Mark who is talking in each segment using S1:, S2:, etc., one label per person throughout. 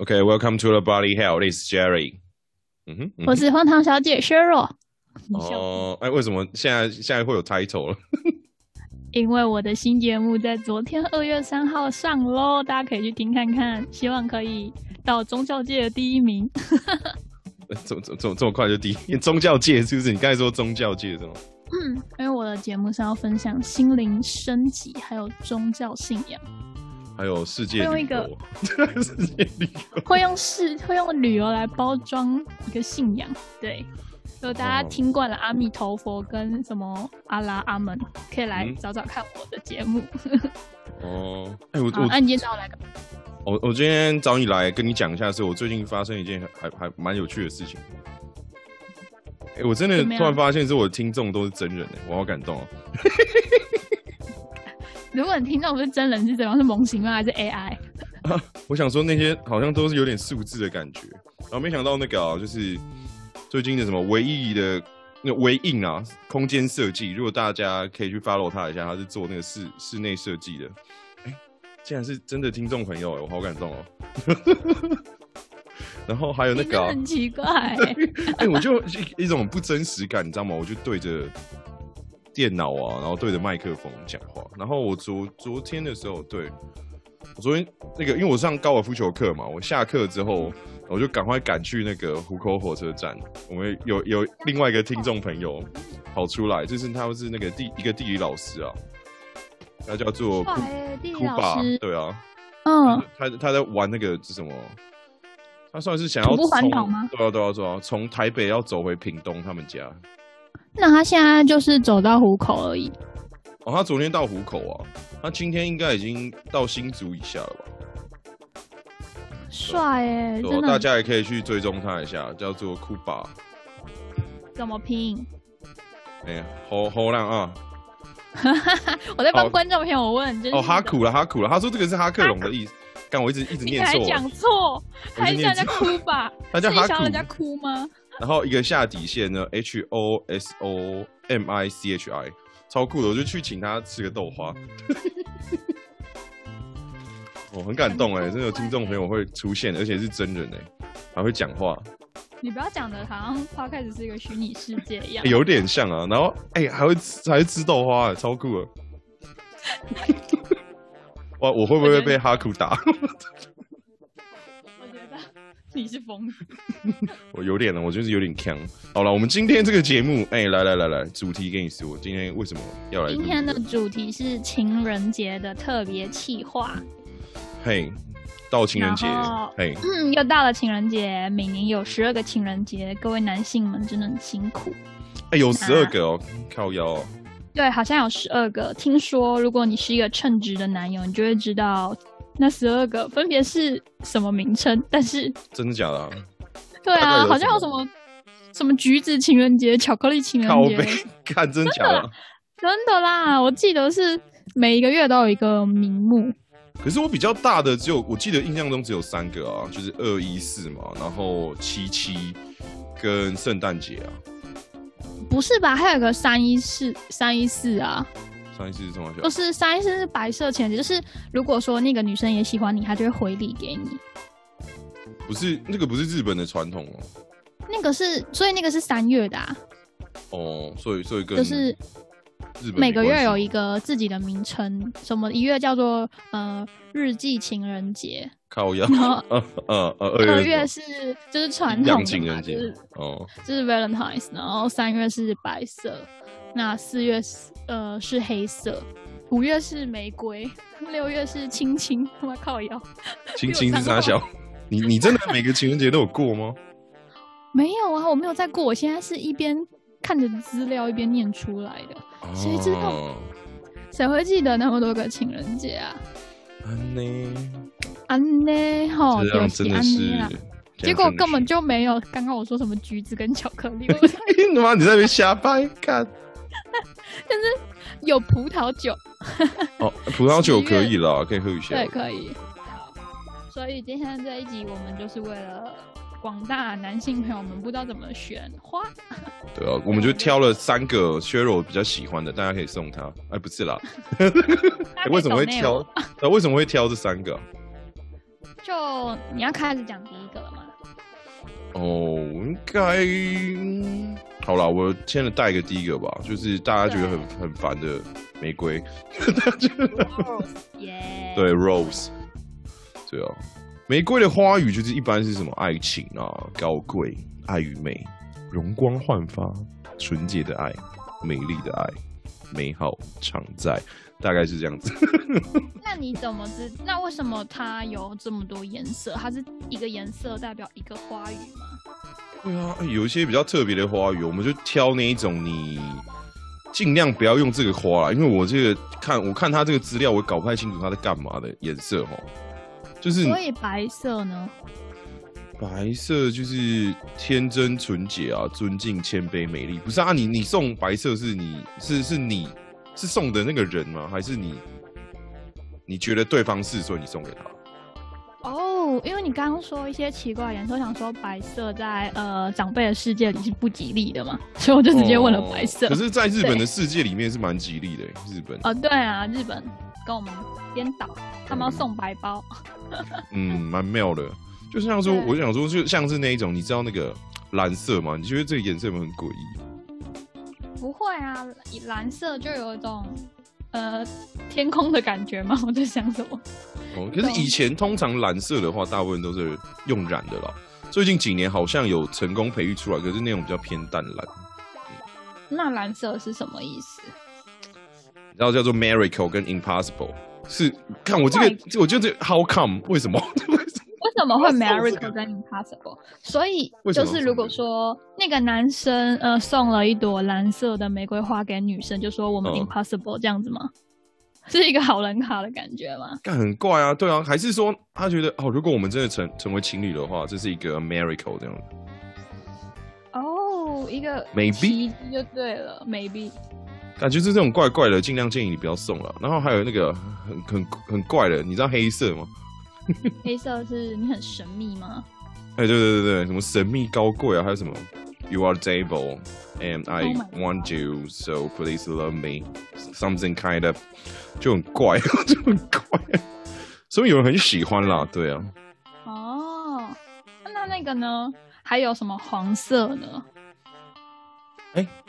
S1: Okay, welcome to the Body Hell. This is Jerry. 嗯哼，嗯
S2: 我是荒唐小姐 Cheryl。你笑
S1: 哦，哎，为什么现在现在会有 title 了？
S2: 因为我的新节目在昨天二月三号上喽，大家可以去听看看，希望可以到宗教界的第一名。
S1: 怎么怎么怎么这么快就第一？宗教界是不是？你刚才说宗教界是吗？
S2: 因为我的节目是要分享心灵升级，还有宗教信 仰，
S1: 还有世界
S2: 会用
S1: 旅
S2: 一个
S1: 游， 世界旅游。
S2: 会用事会用旅游来包装一个信仰。对，如果大家
S1: 哦
S2: 听惯了阿弥陀佛跟什么阿拉阿门，可以来
S1: 嗯
S2: 找找看我的节目。
S1: 哦，哎，我
S2: 好，
S1: 我
S2: 那你今天找我来干嘛？
S1: 我我今天找你来跟你讲一下，是我最近发生一件还还蛮有趣的事情。哎，我真的
S2: 怎么样
S1: 突然发现，是我的听众都是真人哎，我好感动哦。
S2: 如果你听到不是真人是怎样，是模型吗？还是 AI？
S1: 我想说那些好像都是有点素质的感觉，然后没想到那个、啊、就是最近的什么唯一的那唯印啊，空间设计，如果大家可以去 follow 他一下，他是做那个室室内设计的，哎、竟然是真的听众朋友、哎，我好感动哦。 然后还有那
S2: 你
S1: 个、
S2: 真的
S1: 啊，
S2: 很奇怪、欸。
S1: 哎、我就一一种不真实感，你知道吗？我就对着电脑啊，然后对着麦克风讲话。然后我昨昨天的时候，对我昨天那个，因为我上高尔夫球课嘛，我下课之后，我就赶快赶去那个湖口火车站。我们有有另外一个听众朋友跑出来，就是他是那个地一个地理老师啊，他叫做
S2: 哇
S1: 库
S2: 欸地
S1: 库
S2: 理
S1: 巴
S2: 老师，，
S1: 对啊，
S2: 嗯，
S1: 他他在玩那个是什么？他算是想要
S2: 徒步环
S1: 从
S2: 岛吗？
S1: 对啊，对啊，对啊，从台北要走回屏东他们家。
S2: 那他现在就是走到虎口而已。
S1: 哦，他昨天到湖口啊，他今天应该已经到新竹以下了吧？
S2: 帅哎、
S1: 对啊
S2: 真的
S1: 大
S2: 很
S1: 家也可以去追踪他一下，叫做库巴，
S2: 怎么拼？
S1: 哎、好好浪啊！
S2: 我在
S1: 好
S2: 帮观众朋友问，就是
S1: 哦，哈苦了，哈苦了，他说这个是哈克龙的意思。但我一直一直
S2: 你
S1: 念
S2: 还
S1: 错，
S2: 讲错，
S1: 我一
S2: 还
S1: 直
S2: 是让
S1: 念
S2: 人家
S1: 错。
S2: 哭吧？
S1: 他
S2: 是
S1: 叫
S2: 你
S1: 哈
S2: 想
S1: 苦
S2: 让人，家哭吗？
S1: 然后一个下底线呢，H O S O M I C H I，超酷的，我就去请他吃个豆花。我、很感动哎、真的有听众朋友会出现，而且是真人哎、还会讲话、
S2: 你不要讲的好像 p 开始是一个虚拟世界一样
S1: 欸，有点像啊。然后哎、还会吃还会吃豆花、欸，超酷的。哇，我会不会被哈库打？
S2: 我觉得你是疯子。
S1: 我有点了，啊我就是有点强。好了，我们今天这个节目，哎、来来来来，主题跟你说，今天为什么要来？
S2: 今天的主题是情人节的特别企划，
S1: 嘿，到情人节
S2: 然后，
S1: 嘿，
S2: 嗯，又到了情人节，每年有十二个情人节，各位男性们真的很辛苦。
S1: 哎、有十
S2: 啊
S1: 二个哦，靠腰哦，
S2: 对，好像有十二个。听说如果你是一个称职的男友，你就会知道那十二个分别是什么名称。但是，
S1: 真的假的、啊？
S2: 对
S1: 大概
S2: 啊，
S1: 有
S2: 好像有
S1: 什
S2: 什
S1: 么
S2: 么什么橘子情人节、巧克力情
S1: 靠
S2: 人节
S1: 背， 看真假的啊、
S2: 真的啦。我记得是每一个月都有一个名目。
S1: 可是我比较大的只有，我记得印象中只有三个啊，就是二一四嘛，然后七七跟圣诞节啊，
S2: 不是吧？还有个三一四三一四啊，
S1: 三一四是什么啊
S2: 不是三一四是白色情人节，就是如果说那个女生也喜欢你，她就会回礼给你。嗯
S1: 不是那个不是日本的传统哦、
S2: 那个是，所以那个是三月的、啊，
S1: 哦，所以所以跟
S2: 就是
S1: 日本
S2: 每个
S1: 没关
S2: 月
S1: 系
S2: 有一个自己的名称，什么一月叫做呃日记情人 节，
S1: 靠腰，
S2: 然后
S1: 呃呃呃，
S2: 二
S1: 二
S2: 月
S1: 是
S2: 是就是传
S1: 阴
S2: 统
S1: 阳
S2: 的
S1: 情
S2: 嘛
S1: 人节
S2: 就是
S1: 哦，
S2: 就是 Valentine's，然后三月是白色，那四月是呃是黑色，五月是玫瑰，六月是亲亲，我靠腰，
S1: 亲亲是傻小，你你真的每个情人节都有过吗？
S2: 没有啊，我没有在过，我现在是一边看着资料一边念出来的，谁知道
S1: 哦？
S2: 谁会记得那么多个情人节啊？
S1: 安呢？
S2: 安内吼，
S1: 这样
S2: 哦对
S1: 真
S2: 不
S1: 的
S2: 起
S1: 是
S2: 安内啊啦。，
S1: 这
S2: 结
S1: 样
S2: 果
S1: 真的
S2: 根本
S1: 是
S2: 就没有刚刚我说什么橘子跟巧克力，我 说
S1: 他哎妈你在那边瞎掰，看
S2: 有葡萄酒，
S1: 哦，葡萄酒
S2: 十月
S1: 可以啦，可以喝一下
S2: 对，，可以。好，所以今天这一集我们就是为了广大男性朋友们不知道怎么选花，
S1: 对啊，我们就挑了三个削肉比较喜欢的，大家可以送他。哎，不是啦，
S2: 大家
S1: 哎
S2: 可以
S1: 为什么会
S2: 抖内
S1: 挑
S2: 我？
S1: 那为什么会挑这三个啊？
S2: 就你要开始讲第一个了吗？
S1: 哦，我应该好啦，我先来带一个第一个吧，就是大家觉得很很烦的玫瑰，
S2: 耶、
S1: 对 rose，对啊，玫瑰的花语就是一般是什么爱情啊、高贵、爱与美、容光焕发、纯洁的爱、美丽的爱、美好常在，大概是这样子。
S2: 那你怎么知？那为什么它有这么多颜色？它是一个颜色代表一个花语吗？
S1: 对啊，哎有一些比较特别的花语，我们就挑那一种你尽量不要用这个花啦，因为我这个看我看他这个资料，我搞不太清楚他在干嘛的颜色哦。就是
S2: 所以白色呢？
S1: 白色就是天真纯洁啊，尊敬、谦卑、美丽。不是啊，你你送白色是你是是你是送的那个人吗？还是你你觉得对方是，所以你送给他？
S2: 哦，因为你刚刚说一些奇怪的颜色，我想说白色在呃长辈的世界里是不吉利的嘛，所以我就直接问了白色。
S1: 哦可是，在日本的世界里面是蛮吉利的、欸日本。
S2: 哦，对啊，日本跟我们颠倒，他们要送白包。
S1: 嗯，蛮妙的。就是像说，
S2: 对
S1: 我想说，就像是那一种，你知道那个蓝色吗？你觉得这个颜色有没有很诡异？
S2: 不会啊，蓝色就有一种呃天空的感觉嘛。我在想什么？
S1: 哦，可是
S2: 懂
S1: 以前通常蓝色的话，大部分都是用染的啦。最近几年好像有成功培育出来，可是那种比较偏淡蓝，
S2: 那蓝色是什么意思？
S1: 然后叫做 Miracle 跟 Impossible。是，看我这个
S2: Why？
S1: 这我觉得这 How come？为什么？
S2: 为什么会
S1: 送这
S2: miracle
S1: 个
S2: 跟 impossible？所以
S1: 为什
S2: 就
S1: 么
S2: 是
S1: 送
S2: 如果
S1: 这个
S2: 说那个男生呃送了一朵蓝色的玫瑰花给女生，就说我们
S1: 嗯
S2: impossible 这样子吗？是一个好人卡的感觉吗？
S1: 但很怪啊，对啊，还是说他觉得哦，如果我们真的成成为情侣的话，这是一个 Miracle 这样。
S2: 哦，一个
S1: Maybe
S2: 奇迹就对了，maybe
S1: 感觉是这种怪怪的，尽量建议你不要送了。然后还有那个很很很怪的，你知道黑色吗？
S2: 黑色是你很神秘吗？
S1: 哎，对对对对，什么神秘高贵啊，还有什么 You are devil and I
S2: Oh my
S1: want you, so please love me, something kind of，就很怪， 就很怪，所以有人很喜欢啦，对啊，
S2: 哦，那那个呢？还有什么黄色呢？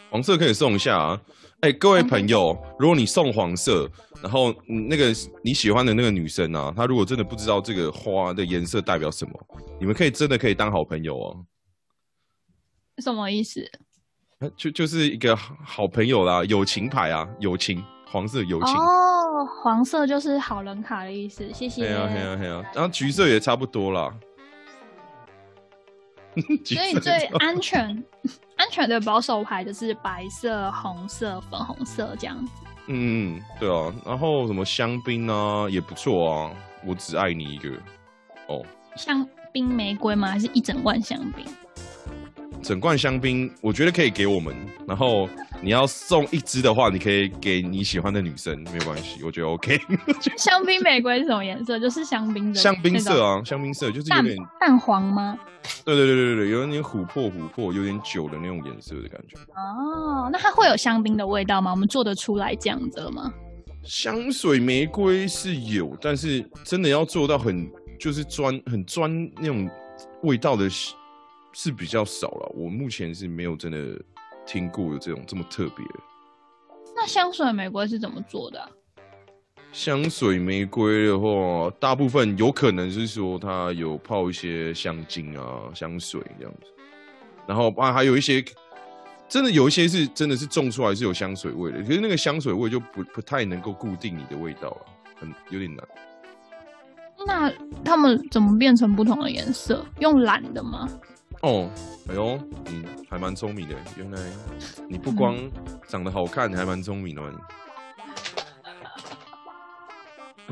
S1: 黄色可以送一下啊。哎，各位朋友，如果你送黄色，然后嗯那个你喜欢的那个女生啊，她如果真的不知道这个花的颜色代表什么，你们可以真的可以当好朋友哦、
S2: 什么意思？
S1: 呃就就是一个好好朋友啦，友情牌啊，友情，黄色友情。
S2: 哦，黄色就是好人卡的意思，谢谢。
S1: 嘿啊嘿啊嘿啊，然后橘色也差不多啦。 橘
S2: 所以
S1: 色
S2: 最
S1: 也差不多
S2: 安全、 安全的保守牌就是白色、红色、粉红色这样子。
S1: 嗯嗯对啊，然后什么香槟啊也不错啊，我只爱你一个哦，
S2: 香槟玫瑰吗？还是一整罐香槟？
S1: 整罐香槟我觉得可以给我们，然后你要送一支的话，你可以给你喜欢的女生，没有关系，我觉得 OK。
S2: 香槟玫瑰是什么颜色？就是香槟 的
S1: 香槟色
S2: 啊，
S1: 啊，香槟色就是有
S2: 淡
S1: 点，
S2: 淡黄吗？
S1: 对对对对对，有点琥珀琥珀，有点酒的那种颜色的感觉。
S2: 哦，那它会有香槟的味道吗？我们做得出来这样子了吗？
S1: 香水玫瑰是有，但是真的要做到很就是专很专那种味道的是是比较少了。我目前是没有真的听过有这种这么特别的
S2: 那香水玫瑰是怎么做的啊、
S1: 香水玫瑰的话，大部分有可能是说它有泡一些香精啊、香水这样子，然后啊还有一些真的有一些是真的是种出来是有香水味的，可是那个香水味就不不太能够固定你的味道了，啊很有点难。
S2: 那它们怎么变成不同的颜色？用染的吗？
S1: 哦，哎呦，你还蛮聪明的，原来你不光长得好看，你还蛮聪明的嘛。你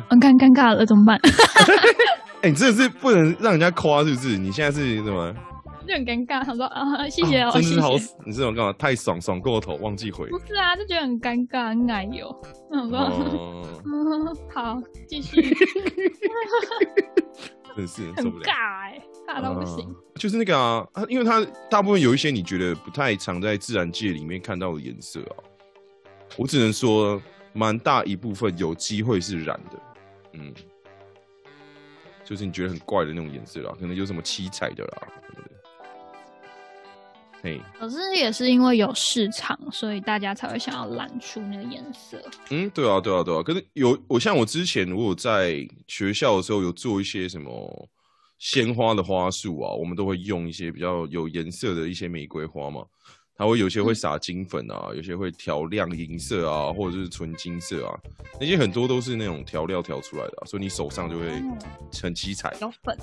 S2: 嗯，尴尴尬了，怎么办？
S1: 哎、你真的是不能让人家夸，是不是？你现在是什么？
S2: 就很尴尬，想说啊，谢谢哦，
S1: 真
S2: 谢
S1: 是
S2: 谢。
S1: 好，你这种干嘛？太爽，爽过头，忘记回
S2: 不。是啊，就觉得很尴尬，很奶油。那我说，
S1: 哦，
S2: 嗯， 好，继续，
S1: 真是
S2: 很
S1: 受不了。
S2: 尬哎、尬到不行。
S1: 啊就是那个啊，啊因为它大部分有一些你觉得不太常在自然界里面看到的颜色啊，我只能说蛮大一部分有机会是染的，嗯，就是你觉得很怪的那种颜色啦，可能有什么七彩的啦什么的。嘿，
S2: 可是也是因为有市场，所以大家才会想要染出那个颜色。
S1: 嗯，对啊，对啊，对啊。可是有我像我之前我有在学校的时候有做一些什么鲜花的花束啊，我们都会用一些比较有颜色的一些玫瑰花嘛。它会有些会撒金粉啊，有些会调亮银色啊，或者是纯金色啊，那些很多都是那种调料调出来的啊、所以你手上就会
S2: 哦
S1: 很七彩，
S2: 有粉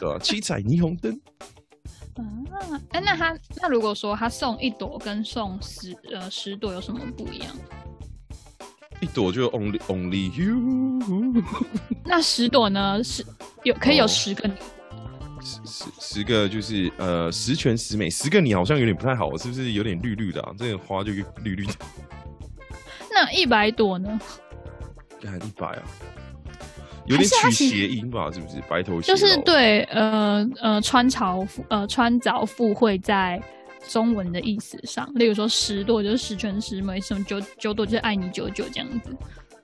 S1: 对吧、七彩霓虹灯，
S2: 啊？哎、那他那如果说他送一朵跟送十呃十朵有什么不一样？
S1: 一朵就 only only you，
S2: 那十朵呢是有可以有
S1: 哦
S2: 十个你
S1: 十十十个就是呃十全十美，十个你好像有点不太好，是不是有点绿绿的啊？这个花就绿绿的，
S2: 那一百朵呢？
S1: 干一百啊，有点取
S2: 还是它其实
S1: 谐音吧，是不是？白头偕
S2: 就
S1: 老
S2: 是对呃呃穿朝附呃穿凿附会在中文的意思上，例如说十朵就是十全十美，什么九九朵就是爱你久久这样子。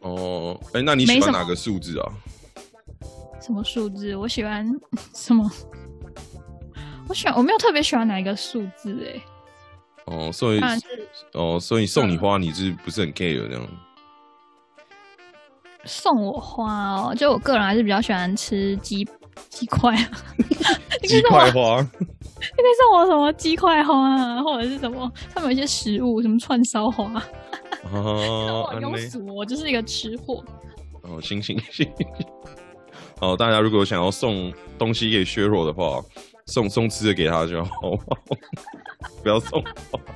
S1: 哦，哎、那你喜
S2: 没什
S1: 欢
S2: 么
S1: 哪个数字啊？
S2: 什么数字？我喜欢什么？我喜欢我没有特别喜欢哪一个数字哎、
S1: 哦，所以
S2: 当然就是
S1: 哦，所以送
S2: 嗯
S1: 你花，你是不是很 care 这样？
S2: 送我花哦，就我个人还是比较喜欢吃鸡鸡块啊， 你可以
S1: 鸡
S2: 送我，
S1: 块
S2: 你可
S1: 花，
S2: 以送我什么鸡块花啊，或者是什么？他们有一些食物，什么串烧花，
S1: 哦，
S2: 我
S1: 安
S2: 庸
S1: 内
S2: 俗，我就是一个吃货。
S1: 哦，行行行。好，哦大家如果想要送东西给削弱的话，送送吃的给他就好， 好不好不要送花。
S2: 哎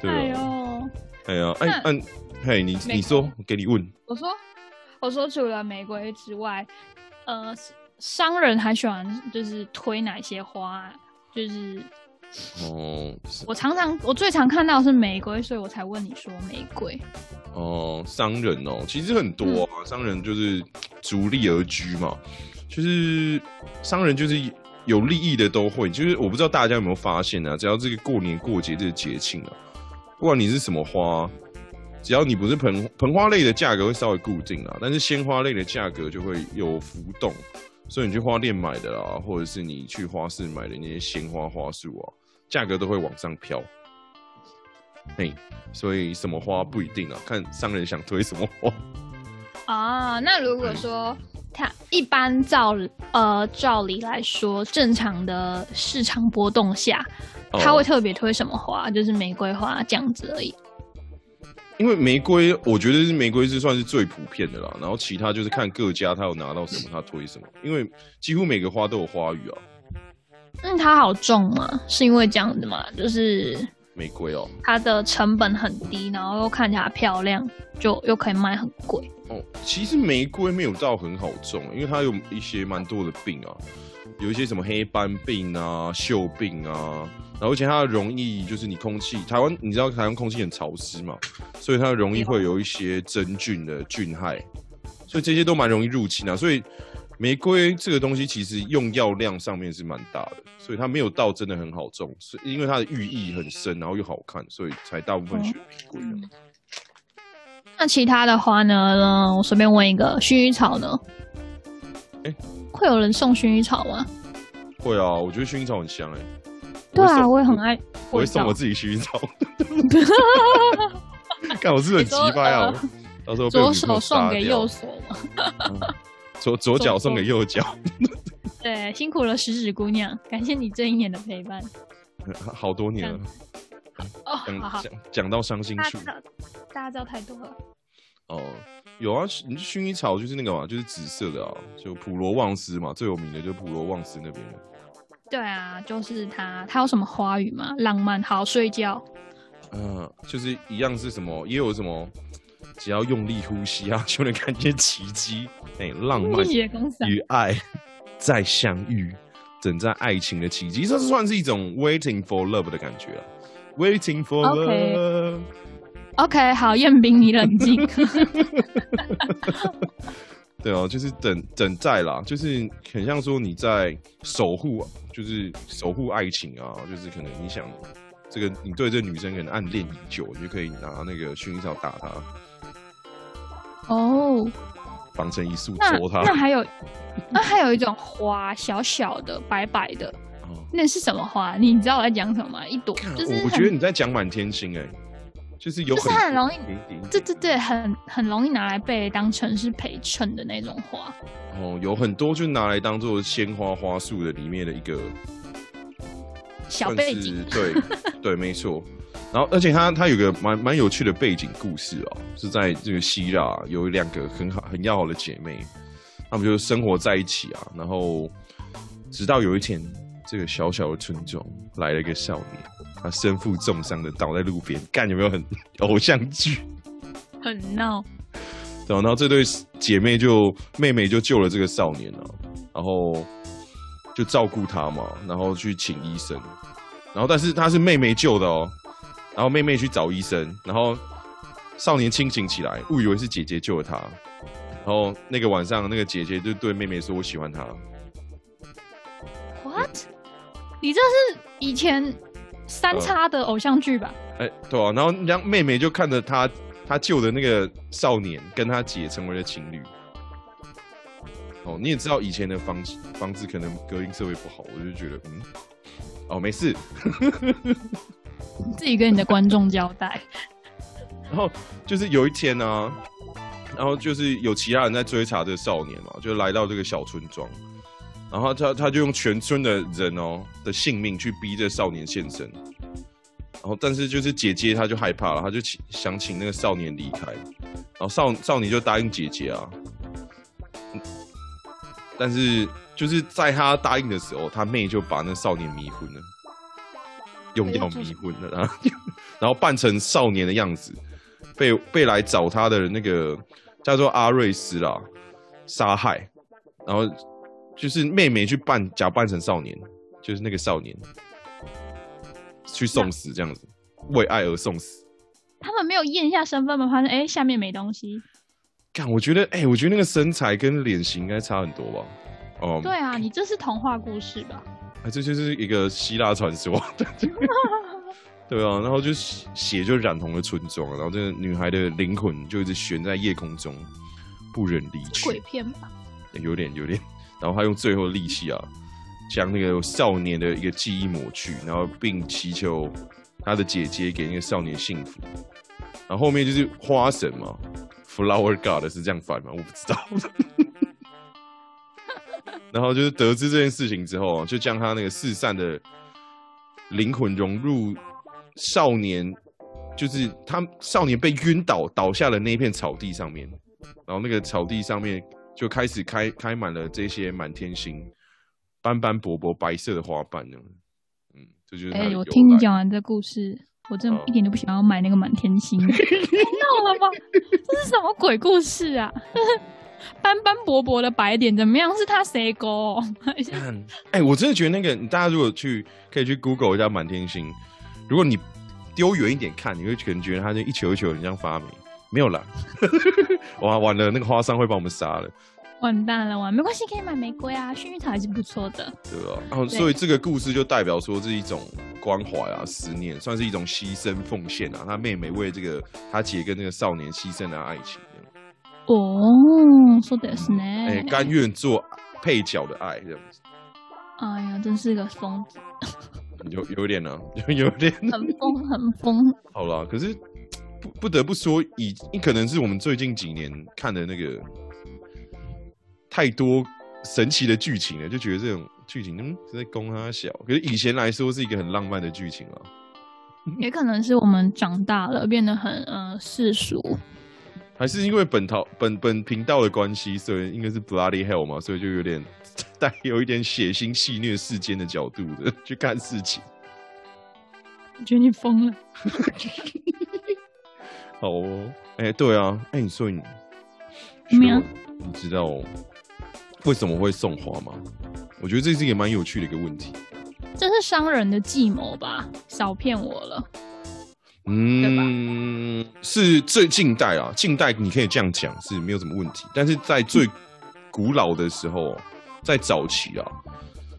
S1: 对啊，
S2: 呦，
S1: 哎呀，哎
S2: 那
S1: 按，嘿，你
S2: 没
S1: 你说，给你问，
S2: 我说我说除了玫瑰之外，呃，商人还喜欢就是推哪些花啊？就是
S1: 哦是
S2: 我常常我最常看到的是玫瑰，所以我才问你说玫瑰。
S1: 哦，商人哦，其实很多啊，商人就是逐利而居嘛，就是商人就是有利益的都会，就是我不知道大家有没有发现啊，只要这个过年过节这个节庆啊，不管你是什么花，只要你不是盆盆花类的价格会稍微固定啦，啊但是鲜花类的价格就会有浮动，所以你去花店买的啦，或者是你去花市买的那些鲜花花束啊，价格都会往上飘。嘿，所以什么花不一定啊，看商人想推什么花。
S2: 啊，那如果说它一般照呃照理来说，正常的市场波动下，
S1: 哦
S2: 它会特别推什么花？就是玫瑰花这样子而已。
S1: 因为玫瑰，我觉得是玫瑰是算是最普遍的啦。然后其他就是看各家他有拿到什么，他推什么。因为几乎每个花都有花语啊，
S2: 嗯，它好重吗？是因为这样子吗？就是
S1: 玫瑰哦，
S2: 它的成本很低，然后又看起来漂亮，就又可以卖很贵。
S1: 哦，其实玫瑰没有到很好种，因为它有一些蛮多的病啊，有一些什么黑斑病啊、锈病啊，然后而且它容易就是你空气，台湾你知道台湾空气很潮湿嘛，所以它容易会有一些真菌的菌害，所以这些都蛮容易入侵啊，所以。玫瑰这个东西其实用药量上面是蛮大的，所以它没有到真的很好种，是因为它的寓意很深，然后又好看，所以才大部分选玫瑰啊、
S2: 那其他的花呢？呢我随便问一个，薰衣草呢？
S1: 诶
S2: 会有人送薰衣草吗？
S1: 会啊，我觉得薰衣草很香哎、
S2: 对
S1: 会
S2: 啊，
S1: 送
S2: 我也很爱味道。
S1: 我会送我自己薰衣 草。看我是不是很急掰啊
S2: 你说！呃
S1: 到时候被我女朋
S2: 左手
S1: 友
S2: 送
S1: 杀
S2: 给
S1: 掉
S2: 右，手嘛。
S1: 左左脚送给右脚，
S2: 对，辛苦了食指姑娘，感谢你这一年的陪 伴。
S1: 好多年了。
S2: 哦，
S1: 讲
S2: 好好，
S1: 讲讲到伤心
S2: 大家
S1: 处
S2: 知道，大家知道太多了。
S1: 哦，有啊，薰薰衣草就是那个嘛，就是紫色的啊，就普罗旺斯嘛，最有名的就是普罗旺斯那边的。
S2: 对啊，就是它，它有什么花语吗？浪漫，好睡觉。
S1: 嗯，就是一样是什么，也有什么，只要用力呼吸啊，就能看见奇迹。哎、浪漫
S2: 你也公司
S1: 与爱再相遇，等在爱情的奇迹，这算是一种 waiting for love 的感觉啊，waiting for
S2: OK
S1: love。
S2: OK，好，彦斌，你冷 静。
S1: 对啊，就是等等待啦，就是很像说你在守护，就是守护爱情啊，就是可能你想这个你对这女生可能暗恋已久，你就可以拿那个薰衣草打她。
S2: 哦，
S1: 防尘一束
S2: 那
S1: 啄它。
S2: 那还有，那还有一种花，小小的白白的，
S1: 哦
S2: 那是什么花？你知道我在讲什么吗？一朵
S1: 看
S2: 就是
S1: 我我
S2: 很
S1: 觉得你在讲满天星哎、就是有
S2: 就是
S1: 很
S2: 很容易
S1: 一点点
S2: 对对对，很很容易拿来被当成是陪衬的那种花。
S1: 哦，有很多就拿来当做鲜花花束的里面的一个
S2: 小
S1: 算
S2: 背
S1: 是
S2: 景，
S1: 对 对，没错。然后，而且它它有个蛮蛮有趣的背景故事哦，是在这个希腊有两个很好很要好的姐妹，她们就生活在一起啊。然后，直到有一天，这个小小的村庄来了一个少年，他身负重伤的倒在路边，看有没有很偶像剧？
S2: 很闹。
S1: 对啊然后这对姐妹就妹妹就救了这个少年啊，然后就照顾他嘛，然后去请医生，然后但是他是妹妹救的哦，然后妹妹去找医生，然后少年清醒起来，误以为是姐姐救了他，然后那个晚上那个姐姐就对妹妹说：“我喜欢他。
S2: What？你这是以前三
S1: 呃
S2: 叉的偶像剧吧？”
S1: 哎，对啊，然后让妹妹就看着他，他救的那个少年跟他姐成为了情侣。哦，你也知道以前的房子房子可能隔音设备不好，我就觉得嗯，哦没事。
S2: 你自己跟你的观众交代。
S1: 然后就是有一天呢、然后就是有其他人在追查这个少年嘛，就来到这个小村庄，然后他他就用全村的人哦的性命去逼这个少年现身。然后，但是就是姐姐，她就害怕了，她就请想请那个少年离开，然后少少年就答应姐姐啊，嗯但是就是在他答应的时候，他妹就把那少年迷昏了，用药迷昏了，然后然后扮成少年的样子，被被来找他的那个叫做阿瑞斯啦杀害，然后就是妹妹去扮假扮成少年，就是那个少年去送死这样子，为爱而送死。
S2: 他们没有验一下身份吗？发现哎，下面没东西。
S1: 干，我觉得，哎、我觉得那个身材跟脸型应该差很多吧？哦、
S2: 对啊，你这是童话故事吧？
S1: 啊，这就是一个希腊传说。 对啊，然后就血就染红了村庄，然后这个女孩的灵魂就一直悬在夜空中，不忍离
S2: 鬼
S1: 去，
S2: 片吧？
S1: 有点有点。然后她用最后的力气啊，将那个少年的一个记忆抹去，然后并祈求她的姐姐给那个少年幸福。然后后面就是花神嘛，Flower God 是这样翻吗？我不知道。 然后就是得知这件事情之后，就将他那个四散的灵魂融入少年，就是他少年被晕倒倒下的那一片草地上面，然后那个草地上面就开始开开满了这些满天星，斑斑驳驳白色的花瓣呢。嗯，这就是它的
S2: 哎、我
S1: 由
S2: 听
S1: 来
S2: 你讲完这故事，我真
S1: 哦
S2: 的一点都不想要买那个满 天星。太闹了吧？这是什么鬼故事啊？ 斑斑驳驳的白点怎么样？是他谁勾？
S1: 看， 哎、我真的觉得那个，大家如果去可以去 Google 一下满天星，如果你丢远一点看，你会可能觉得它就一球一球很像发霉，没有啦， 哇，完了，那个花商会把我们杀了，
S2: 完蛋了，完没关系，可以买玫瑰啊，薰衣草还是不错的。
S1: 对吧？然后，所以这个故事就代表说是一种关怀啊，思念，算是一种牺牲奉献啊。他妹妹为这个他姐跟那个少年牺牲了爱情，
S2: 哦，说的是呢。
S1: 哎、甘愿做配角的爱这样子，
S2: 哎呀，真是个疯子，
S1: 有有点呢、啊， 有点。
S2: 很疯，很 疯。
S1: 好啦，可是不不得不说，以可能是我们最近几年看的那个太多神奇的剧情了，就觉得这种剧情嗯是在攻他小。可是以前来说是一个很浪漫的剧情啊，
S2: 也可能是我们长大了，变得很呃世俗。
S1: 还是因为本套本本频道的关系，所以应该是 Bloody Hell 嘛，所以就有点 带有一点血腥戏虐世间的角度的去看事情。
S2: 我觉得你疯了。
S1: 好哦，哎、对啊，哎、你说你
S2: 怎么样？
S1: 说你知道为什么会送花吗？我觉得这是一个蛮有趣的一个问题，
S2: 这是商人的计谋吧？少骗我了。
S1: 嗯，是最近代啊，近代你可以这样讲是
S2: 嗯
S1: 哦没有什么问题，但是在最古老的时候，在早期啊，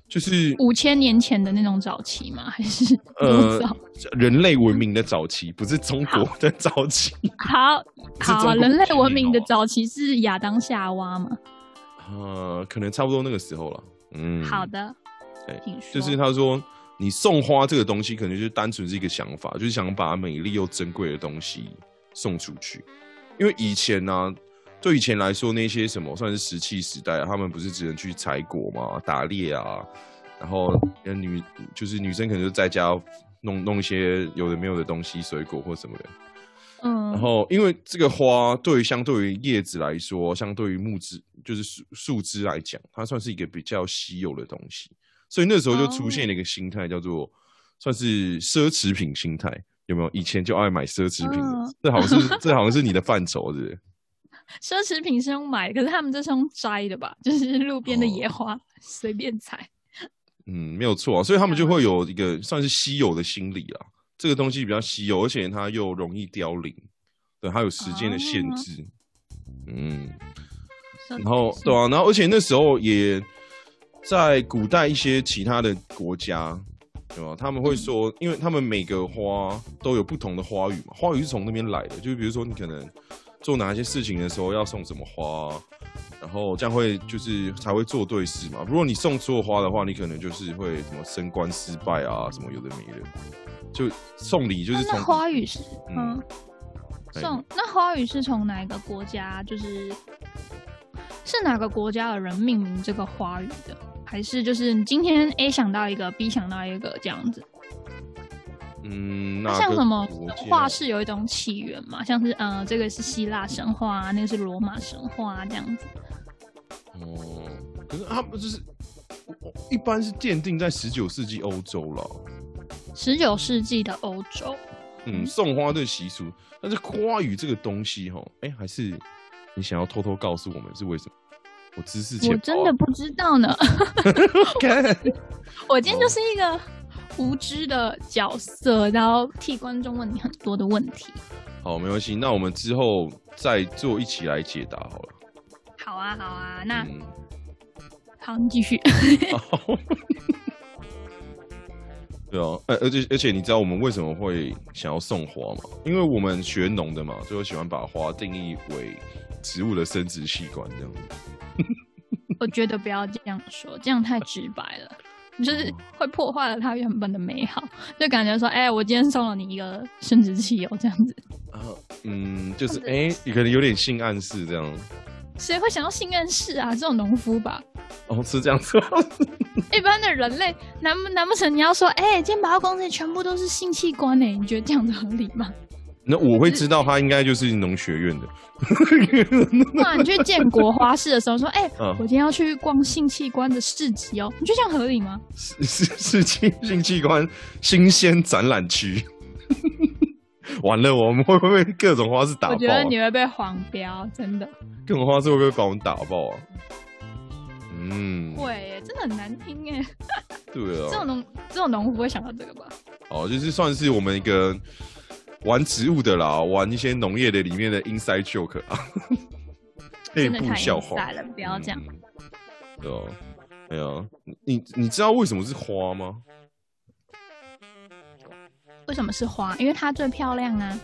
S1: 就是
S2: 五千年前的那种早期吗？ 还是
S1: 呃
S2: 多早？
S1: 人类文明的早期，不是中国的早期。
S2: 好
S1: 是中
S2: 好，啊
S1: 国
S2: 人类
S1: 殖民
S2: 文明的
S1: 哦
S2: 早期是亚当夏娃嘛？
S1: 呃，可能差不多那个时候了。嗯，
S2: 嗯好，的
S1: 对，
S2: 请说。
S1: 就是他说，你送花这个东西，可能就是单纯是一个想法，就是想把美丽又珍贵的东西送出去。因为以前呢、对以前来说，那些什么算是石器时代、啊，他们不是只能去采果嘛、打猎啊，然后呃女就是女生可能就在家弄弄一些有的没有的东西，水果或什么的。
S2: 嗯，
S1: 然后，因为这个花对于相对于叶子来说，相对于木枝就是树树枝来讲，它算是一个比较稀有的东西，所以那时候就出
S2: 哦
S1: 现了一个心态，叫做算是奢侈品心态，有没有？以前就爱买奢侈品的，
S2: 嗯
S1: 这好像是这好像是你的范畴，是不是？
S2: 奢侈品是用买的，可是他们这是用摘的吧？就是路边的
S1: 哦
S2: 野花随便采。
S1: 嗯，没有错啊，所以他们就会有一个算是稀有的心理啦。这个东西比较稀有，而且它又容易凋零，对，它有时间的限
S2: 哦
S1: 制。嗯，
S2: 然
S1: 然后对啊，然后而且那时候也在古代一些其他的国家，对吧？他们会说，因为他们每个花都有不同的花语嘛，花语是从那边来的，就是比如说你可能做哪些事情的时候要送什么花，然后这样会就是才会做对事嘛。如果你送错花的话，你可能就是会什么升官失败啊，什么有的没的。就送礼就是从
S2: 啊那花语是
S1: 嗯
S2: 嗯，
S1: 哎
S2: 送那花语是从哪一个国家？就是是哪个国家的人命名这个花语的？还是就是你今天 A 想到一个，B 想到一个这样子？
S1: 嗯，
S2: 那
S1: 那
S2: 像什么神话是有一种起源嘛？像是呃，这个是希腊神话啊，那个是罗马神话啊，这样子。
S1: 哦，可是他们就是哦一般是奠定在十九世纪欧洲了。
S2: 十九世纪的欧洲，
S1: 嗯，送花这个习俗，但是花语这个东西哈，哎、还是你想要偷偷告诉我们是为什么？我知识啊浅薄
S2: 我
S1: 啊
S2: 真的不知道呢。
S1: 看
S2: 我今天就是一个无知的角色，然后替观众问你很多的问题。
S1: 好，没关系，那我们之后再做一起来解答好了。
S2: 好啊，好啊，那、
S1: 嗯，
S2: 好，你继续。
S1: 好。对啊，而而且而且你知道我们为什么会想要送花吗？因为我们学农的嘛，就会喜欢把花定义为植物的生殖器官这样子。
S2: 我觉得不要这样说，这样太直白了，就是会破坏了它原本的美好，就感觉说，哎、我今天送了你一个生殖器哦，这样子，
S1: 啊，嗯，就是
S2: 或者
S1: 哎、你可能有点性暗示这样。
S2: 谁会想要性暗示啊？这种农夫吧，
S1: 哦，是这样子吗。
S2: 一般的人类，难不难不成你要说，哎、今天百货公司里全部都是性器官呢、你觉得这样子合理吗？
S1: 那我会知道他应该就是农学院的。
S2: 不然你去建国花市的时候说，哎、
S1: 嗯
S2: 我今天要去逛性器官的市集哦，你觉得这样合理吗？
S1: 是是是性性器官新鲜展览区。完了，我们会不会被各种花式打爆、
S2: 我
S1: 啊？
S2: 觉得你会被黄标，真的
S1: 各种花式会不会把我们打爆啊？嗯，
S2: 会耶，真的很难听耶。
S1: 哦对
S2: 这种
S1: 啊，
S2: 农这种农夫不会想到这个吧？
S1: 哦，就是算是我们一个玩植物的啦，玩一些农业的里面的 inside joke 啊，内
S2: 真的
S1: 部
S2: 太
S1: 笑
S2: 阴
S1: 话
S2: 塞。了，不要这样。
S1: 嗯。对啊，哎呀，你你你知道为什么是花吗？嗯
S2: 为什么是花？因为它最漂亮啊，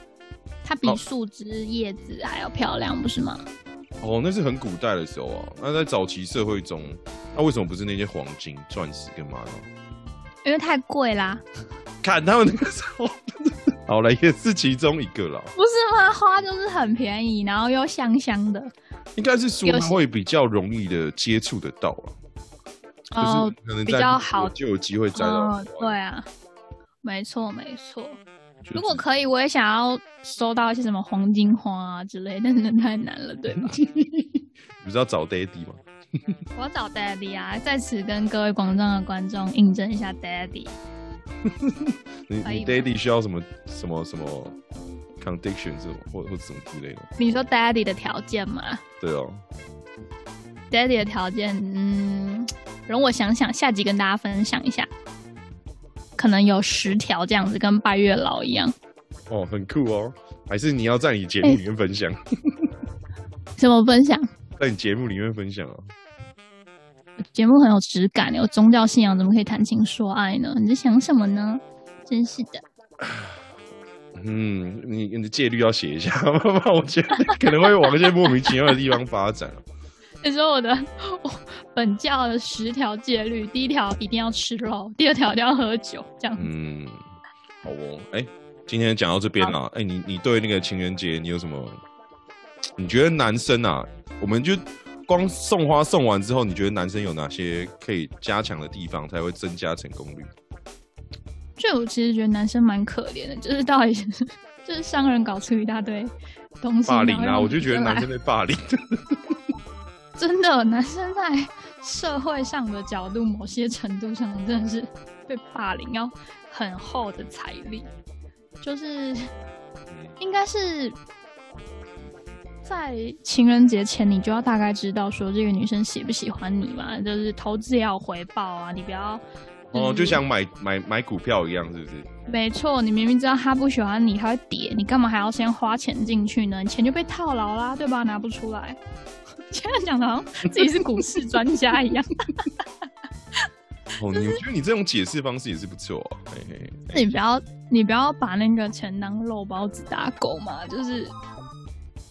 S2: 它比
S1: 哦
S2: 树枝、叶子还要漂亮，不是吗？
S1: 哦，那是很古代的时候啊。那在早期社会中，那为什么不是那些黄金、钻石跟玛瑙？
S2: 因为太贵啦，
S1: 看他们那个时候， 好了，也是其中一个啦。
S2: 不是吗？花就是很便宜，然后又香香的。
S1: 应该是说
S2: 有
S1: 它会比较容易的接触得到啊，
S2: 哦
S1: 就是可能
S2: 比
S1: 在
S2: 较
S1: 美国
S2: 好
S1: 就有机会摘到花。
S2: 哦，对啊，没错没错。
S1: 就是
S2: 如果可以，我也想要收到一些什么黄金花啊之类，但是太难了，对吧？
S1: 你知道找 daddy 吗？
S2: 我要找 Daddy 啊，在此跟各位广众的观众印证一下 Daddy。
S1: 你
S2: 可
S1: 你
S2: 以吗
S1: daddy 需要什么什么什么 condition 这种或或什么之类的？
S2: 你说 Daddy 的条件吗
S1: 对哦、
S2: ？Daddy 的条件，嗯，容我想想，下集跟大家分享一下，可能有十条这样子，跟拜月老一样。
S1: 哦，很酷哦。还是你要在你节目里
S2: 哎
S1: 面分享，
S2: 怎么分享？
S1: 哦在你节目里面分享啊？
S2: 节目很有质感，有宗教信仰，怎么可以谈情说爱呢？你在想什么呢？真是的，
S1: 嗯，你你的戒律要写一下， 不然我觉得可能会往一些莫名其妙的地方发展。啊
S2: 你说我的我本教的十条戒律，第一条一定要吃肉，第二条一定要喝酒，这样子。
S1: 嗯，好哦，哎、今天讲到这边啦，哎、你你对那个情人节你有什么？你觉得男生啊，我们就光送花送完之后，你觉得男生有哪些可以加强的地方，才会增加成功率？
S2: 就我其实觉得男生蛮可怜的，就是到底是 就是商人搞出一大堆东西，
S1: 霸凌
S2: 然
S1: 啊，
S2: 后
S1: 我就觉得
S2: 让你
S1: 男生被霸凌。
S2: 真的，男生在社会上的角度，某些程度上真的是被霸凌，要很厚的财力，就是应该是在情人节前，你就要大概知道说这个女生喜不喜欢你嘛，就是投资要有回报啊，你不要。
S1: 哦，
S2: 是
S1: 就像买买买股票一样，是不是？
S2: 没错，你明明知道他不喜欢你，他会跌，你干嘛还要先花钱进去呢？你钱就被套牢啦，对吧？拿不出来。 现在讲的好像自己是股市专家一样，
S1: 哦，你我觉得你这种解释方式也是不错、啊。嘿嘿嘿
S2: 你不要你不要把那个钱当肉包子打狗嘛，就是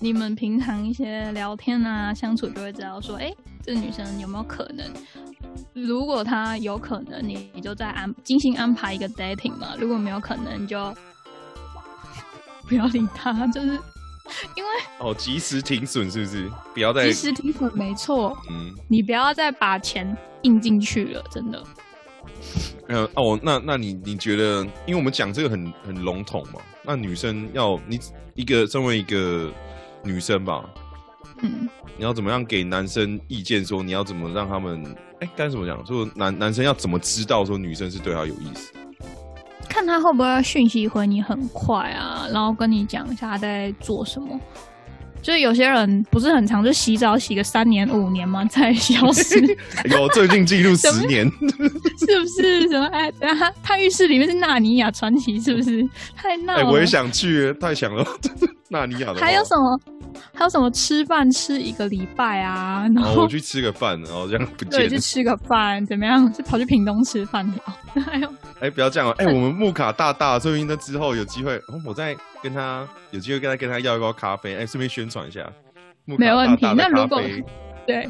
S2: 你们平常一些聊天啊相处就会知道说，哎、这女生有没有可能？如果她有可能，你你就再安精心安排一个 dating 嘛；如果没有可能，你就不要理她，就是
S1: 哦，及时停损是不是？不要再
S2: 及时停损没错，
S1: 嗯
S2: 你不要再把钱印进去了，真的。
S1: 嗯哦，那那你你觉得，因为我们讲这个很很笼统嘛，那女生要你一个身为一个女生吧，
S2: 嗯，
S1: 你要怎么样给男生意见？说你要怎么让他们？哎、该怎么讲？说男男生要怎么知道说女生是对他有意思？
S2: 看他会不会讯息回你很快啊，然后跟你讲一下他在做什么。就是有些人不是很常，就洗澡洗个三年五年嘛， 才消 失，
S1: 有最近记录
S2: 怎么
S1: 十年，
S2: 是不是？什么哎，等一下他浴室里面是纳尼亚传奇，是不是？太闹
S1: 哎、
S2: 了。
S1: 我也想哦去，太想了， 纳尼亚的话。
S2: 啊还有什么？还有什么吃饭吃一个礼拜啊？然
S1: 然后
S2: 后
S1: 哦我去吃个饭，然后这样不
S2: 对，
S1: 见
S2: 去
S1: 了。
S2: 吃个饭，怎么样？就跑去屏东吃饭了。还有
S1: 哎、不要这样哦！哎、我们木卡大大，说不定那之后有机会，哦、我再跟他有机会跟他跟他要一包咖啡，哎、顺便宣传一下。木卡
S2: 没问题
S1: 大大的
S2: 那如
S1: 咖
S2: 果
S1: 啡
S2: 对，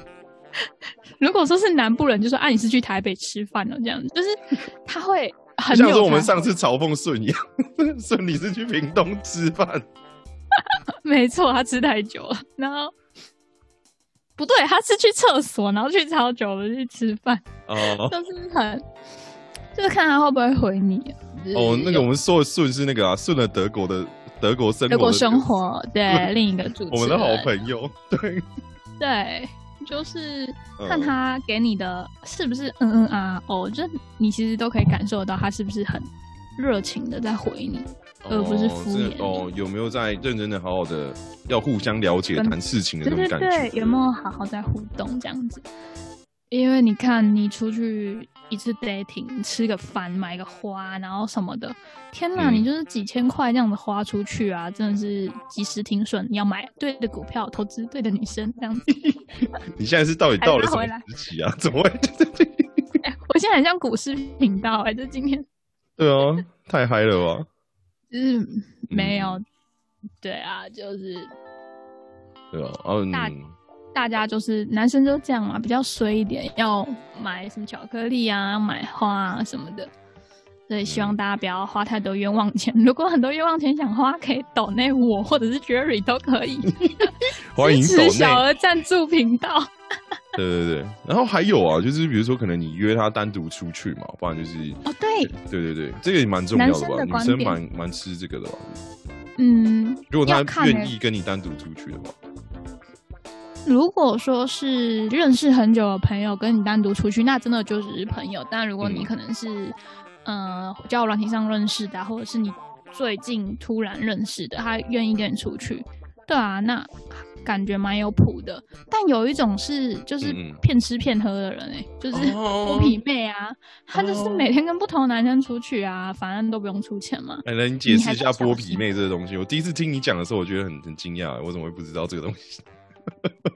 S2: 如果说是南部人，就说啊，你是去台北吃饭了，这样子，就是 他会很
S1: 像
S2: 有
S1: 说我们
S2: 他
S1: 上次嘲讽顺一样， 顺你是去屏东吃饭，
S2: 没错，他吃太久了，然后不对，他是去厕所，然后去超久了去吃 饭，
S1: 哦
S2: 就是很就是看他会不会回你、啊就是
S1: 哦，那个我们说的顺是那个啊，顺了德国的德国生活的
S2: 德国
S1: 那个
S2: 生，活对另一个主持人，
S1: 我们的好朋友，对，
S2: 对，就是
S1: 嗯
S2: 看他给你的是不是嗯嗯啊哦，就是你其实都可以感受到他是不是很热情的在回你， 而不是
S1: 哦
S2: 敷
S1: 这
S2: 衍
S1: 哦，有没有在认真的、好好的要互相了解
S2: 跟
S1: 谈事情的
S2: 对
S1: 那种
S2: 对
S1: 感
S2: 对
S1: 觉？，
S2: 有没有好好在互动这样子？因为你看，你出去一次 dating，吃个饭，买个花，然后什么的，天哪，
S1: 嗯
S2: 你就是几千块这样子花出去啊，真的是及时停损，要买对的股票，投资对的女生这样子。
S1: 你现在是到底到了什么
S2: 还拉回来
S1: 时期啊？怎 么会？
S2: 我现在很像股市频道哎、就今天
S1: 对啊，太嗨了吧！
S2: 就是没有，
S1: 嗯
S2: 对啊，就是
S1: 对啊，嗯，
S2: 大大家就是男生就这样啊嘛，比较衰一点，要买什么巧克力啊，买花啊什么的。所以希
S1: 嗯
S2: 望大家不要花太多冤枉钱。如果很多冤枉钱想花，可以抖内我或者是 Jerry 都可以
S1: 欢迎
S2: 支
S1: 抖
S2: 持小
S1: 内，
S2: 额赞助频道。
S1: 对对对。然后还有啊，就是比如说，可能你约他单独出去嘛，不然就是，
S2: 哦，对，
S1: 对对对，这个也蛮重要的吧？
S2: 男生的
S1: 女
S2: 观
S1: 生
S2: 点
S1: 蛮蛮吃这个的吧？
S2: 嗯，
S1: 如果
S2: 要
S1: 他
S2: 看
S1: 愿
S2: 欸
S1: 意跟你单独出去的话，
S2: 如果说是认识很久的朋友跟你单独出去，那真的就只是朋友。但如果
S1: 嗯
S2: 你可能是，呃，交友软体上认识的啊、或者是你最近突然认识的，他愿意跟你出去，对啊，那感觉蛮有谱的。但有一种是就是
S1: 嗯嗯
S2: 骗吃骗喝的人、欸，就是
S1: 哦
S2: 剥皮妹啊，她就是
S1: 哦
S2: 每天跟不同的男生出去啊，反正都不用出钱 嘛。
S1: 哎，来你解释一
S2: 你还
S1: 下
S2: 不小
S1: 剥
S2: 心
S1: 皮妹这个东西。我第一次听你讲的时候，我觉得很很惊讶，我怎么会不知道这个东西？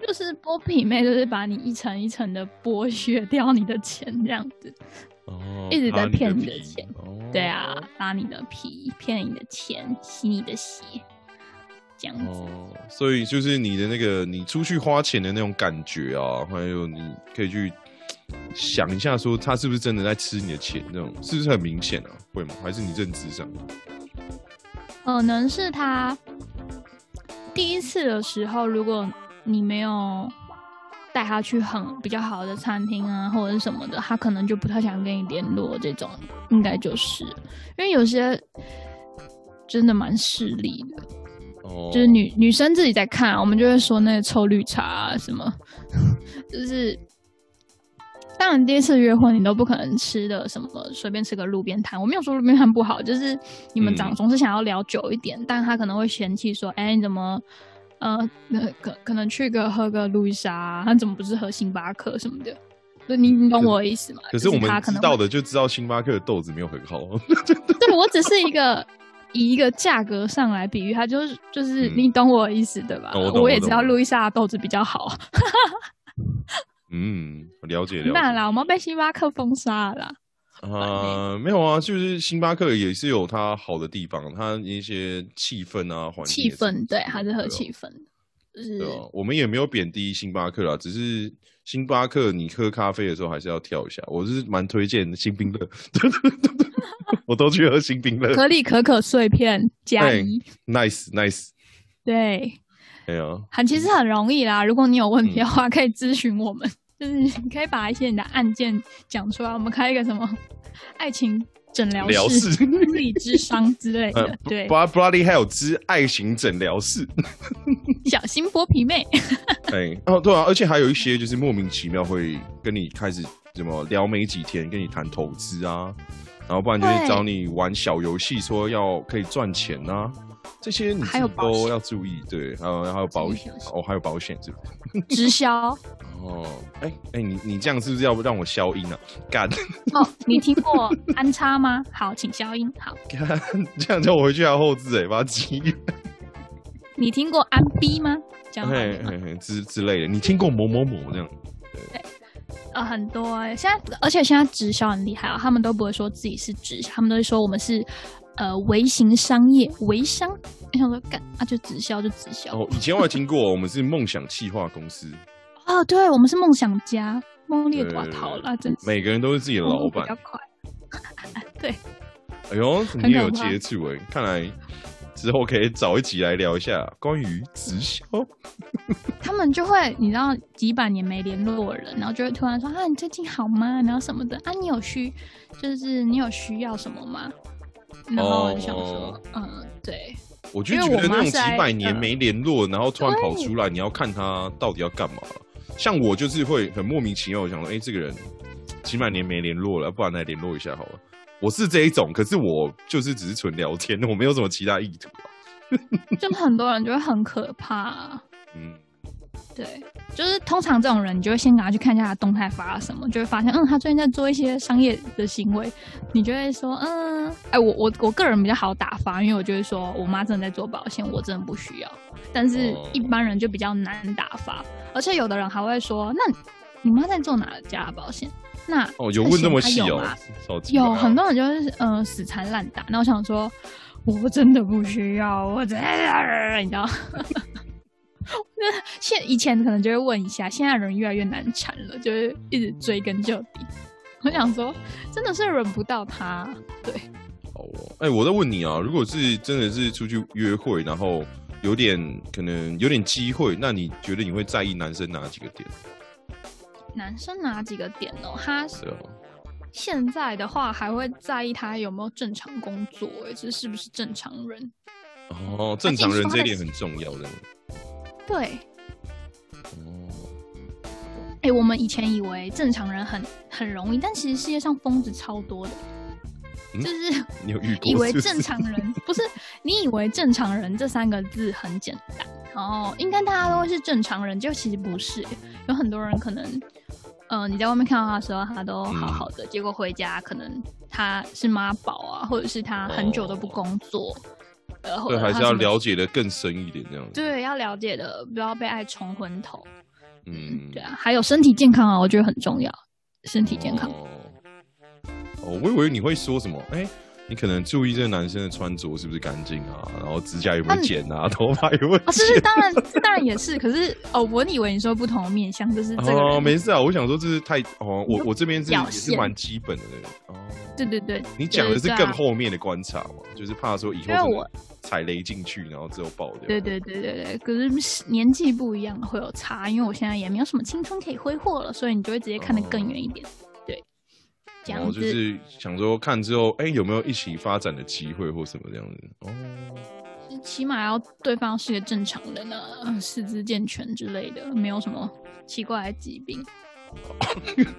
S2: 就是剥皮妹，就是把你一层一层的剥削掉你的钱，这样子。
S1: 哦
S2: 一直在骗
S1: 你
S2: 你的钱
S1: 皮哦
S2: 对啊，扒你的皮，骗你的钱，洗你的血，这样子。
S1: 哦，所以就是你的那个你出去花钱的那种感觉啊，还有你可以去想一下，说他是不是真的在吃你的钱，那种是不是很明显啊？会吗？还是你认知上？
S2: 可能是他第一次的时候，如果你没有带他去很比较好的餐厅啊，或者是什么的，他可能就不太想跟你联络。这种应该就是因为有些真的蛮势利的，
S1: 哦，
S2: 就是女女生自己在看、啊，我们就会说那个臭绿茶、啊、什么，就是。当然，第一次约会你都不可能吃的什么随便吃个路边摊。我没有说路边摊不好，就是你们
S1: 嗯
S2: 长总是想要聊久一点，但他可能会嫌弃说：“哎、你怎么呃，那可可能去个喝个路易莎啊，他怎么不是喝星巴克什么的？”就你你懂我的意思吗？
S1: 可
S2: 就是
S1: 我们
S2: 他可
S1: 知
S2: 能会
S1: 道的就知道星巴克的豆子没有很好。
S2: 对我只是一个以一个价格上来比喻，它就是就是、
S1: 嗯
S2: 你懂我的意思对吧？
S1: 哦我懂我
S2: 也
S1: 懂
S2: 知道
S1: 我懂
S2: 路易莎的豆子比较好，
S1: 嗯，了解了
S2: 那
S1: 解。哦
S2: 啦，我们被星巴克封杀了啦。
S1: 啊、没有啊，就是星巴克也是有它好的地方，它一些气氛啊，环境
S2: 气
S1: 也是
S2: 氛
S1: 不
S2: 对，
S1: 错
S2: 还是喝
S1: 对啊
S2: 气氛，就是
S1: 对啊，我们也没有贬低星巴克啦，只是星巴克你喝咖啡的时候还是要跳一下。我是蛮推荐新冰乐， 我都去喝新冰乐
S2: 可里可可碎片加
S1: 哎
S2: 一，
S1: ，nice nice。
S2: 对，
S1: 哎呀，
S2: 很其实很容易啦。如果你有问
S1: 嗯
S2: 题的话，可以咨询我们，就是你可以把一些你的案件讲出来，我们开一个什么爱情诊疗
S1: 疗
S2: 室、
S1: 室
S2: 心理智商之类
S1: 呃
S2: 的，对，
S1: ，Blood Bloody Hell 之爱情诊疗室。
S2: 小心剥皮 妹。
S1: 哎，哦，对啊，而且还有一些就是莫名其妙会跟你开始怎么聊没几天，跟你谈投资啊，然后不然就是
S2: 对
S1: 找你玩小游戏，说要可以赚钱啊，这些你
S2: 还有
S1: 自己
S2: 保险
S1: 都要注意。对，还有还有保
S2: 注意
S1: 险
S2: 小心
S1: 哦，还有保险是吧？
S2: 直销
S1: 哦，哎哎，你你这样是不是要让我消音啊？干
S2: 哦，你听过安插吗？好，请消音。好，
S1: 干，这样叫我回去还要后置哎，把它挤。
S2: 你听过安 B 吗？这样好
S1: 嘿
S2: 念吗
S1: 嘿嘿之之类的，你听过某某某这样？
S2: 呃，很多哎、现在而且现在直销很厉害啊，他们都不会说自己是直销，他们都会说我们是呃微型商业微商。我想说干啊，就直销就直销。
S1: 哦，以前我也听过，我们是梦想企划公司，
S2: 哦，对，我们是梦想家，梦猎寡
S1: 对啊
S2: 逃啦，真是
S1: 每个人都是自己的老
S2: 哦 比较
S1: 板。
S2: 快。
S1: 哎呦，你
S2: 很
S1: 也有
S2: 可怕
S1: 接触哎、看来之后可以找一集来聊一下关于直销。
S2: 他们就会，你知道几百年没联络的人，然后就会突然说啊，你最近好吗？然后什么的啊，你有需，就是你有需要什么吗？然后我就想说
S1: 哦，
S2: 嗯，对，
S1: 我就
S2: 因为
S1: 觉
S2: 我
S1: 得那
S2: 妈
S1: 种
S2: 是
S1: 几
S2: 来
S1: 百年没联络，然后突然跑
S2: 对
S1: 出来，你要看他到底要干嘛。像我就是会很莫名其妙，我想说，哎、这个人几百年没联络了，不然来联络一下好了。我是这一种，可是我就是只是纯聊天，我没有什么其他意图啊。
S2: 就很多人就会很可怕、啊
S1: 嗯，
S2: 对，就是通常这种人，你就会先赶快去看一下他动态发了什么，就会发现，嗯，他最近在做一些商业的行为，你就会说，嗯，哎，我我我个人比较好打发，因为我就会说我妈真的在做保险，我真的不需要。但是
S1: 哦
S2: 一般人就比较难打发，而且有的人还会说，那你妈在做哪家的保险？那
S1: 哦，有问那么
S2: 她
S1: 细
S2: 有
S1: 哦
S2: 吗、
S1: 超级
S2: 有啊很
S1: 多
S2: 多人就是呃死缠烂打，那我想说，我真的不需要，我真的，你知道。那现以前可能就会问一下，现在人越来越难缠了，就是一直追根究底。我想说，真的是忍不到他，
S1: 哦。哎、我在问你啊，如果是真的是出去约会，然后有点可能有点机会，那你觉得你会在意男生哪几个点？
S2: 男生哪几个点哦？他
S1: 对啊，
S2: 现在的话还会在意他有没有正常工作、欸，这是不是正常人？
S1: 哦，正常人这一点
S2: 还
S1: 很重要的。
S2: 对，
S1: 哦，
S2: 哎、我们以前以为正常人很很容易，但其实世界上疯子超多的，
S1: 嗯
S2: 就是
S1: 你有遇过？
S2: 以为
S1: 是不是
S2: 正常人不是你以为正常人这三个字很简单，然后应该大家都会是正常人，就其实不是，有很多人可能，呃，你在外面看到他的时候，他都好好
S1: 嗯
S2: 的，结果回家可能他是妈宝啊，或者是他很久都不工作，呃，
S1: 哦
S2: 或
S1: 对，
S2: 者
S1: 还是
S2: 他
S1: 要
S2: 什么
S1: 了解的更深一点这样子。
S2: 对，要了解的，不要被爱冲昏头。
S1: 嗯，
S2: 对啊，还有身体健康啊，我觉得很重要，身体健康。
S1: 哦。哦，我以为你会说什么？哎、你可能注意这个男生的穿着是不是干净啊，然后指甲有没有
S2: 嗯
S1: 剪啊，头发有没有
S2: 啊，这是
S1: 剪？
S2: 当然，当然也是。可是哦，我以为你说不同的面相，就是这个
S1: 哦，
S2: 人，
S1: 没事啊，我想说这是太哦，我我这边是
S2: 表
S1: 也是
S2: 现
S1: 蛮基本的那种哦。
S2: 对对对，
S1: 你讲的是
S2: 对对
S1: 更
S2: 啊
S1: 后面的观察嘛，就是怕说以后
S2: 因为
S1: 真的
S2: 我
S1: 踩雷进去，然后之后爆掉。
S2: 对对对对对。可是年纪不一样会有差，因为我现在也没有什么青春可以挥霍了，所以你就会直接看得更远一点。对，这
S1: 然
S2: 样
S1: 后
S2: 子、
S1: 哦就是想说看之后，哎、有没有一起发展的机会或什么这样子？哦，
S2: 起码要对方是个正常人啊，四肢健全之类的，没有什么奇怪的疾病。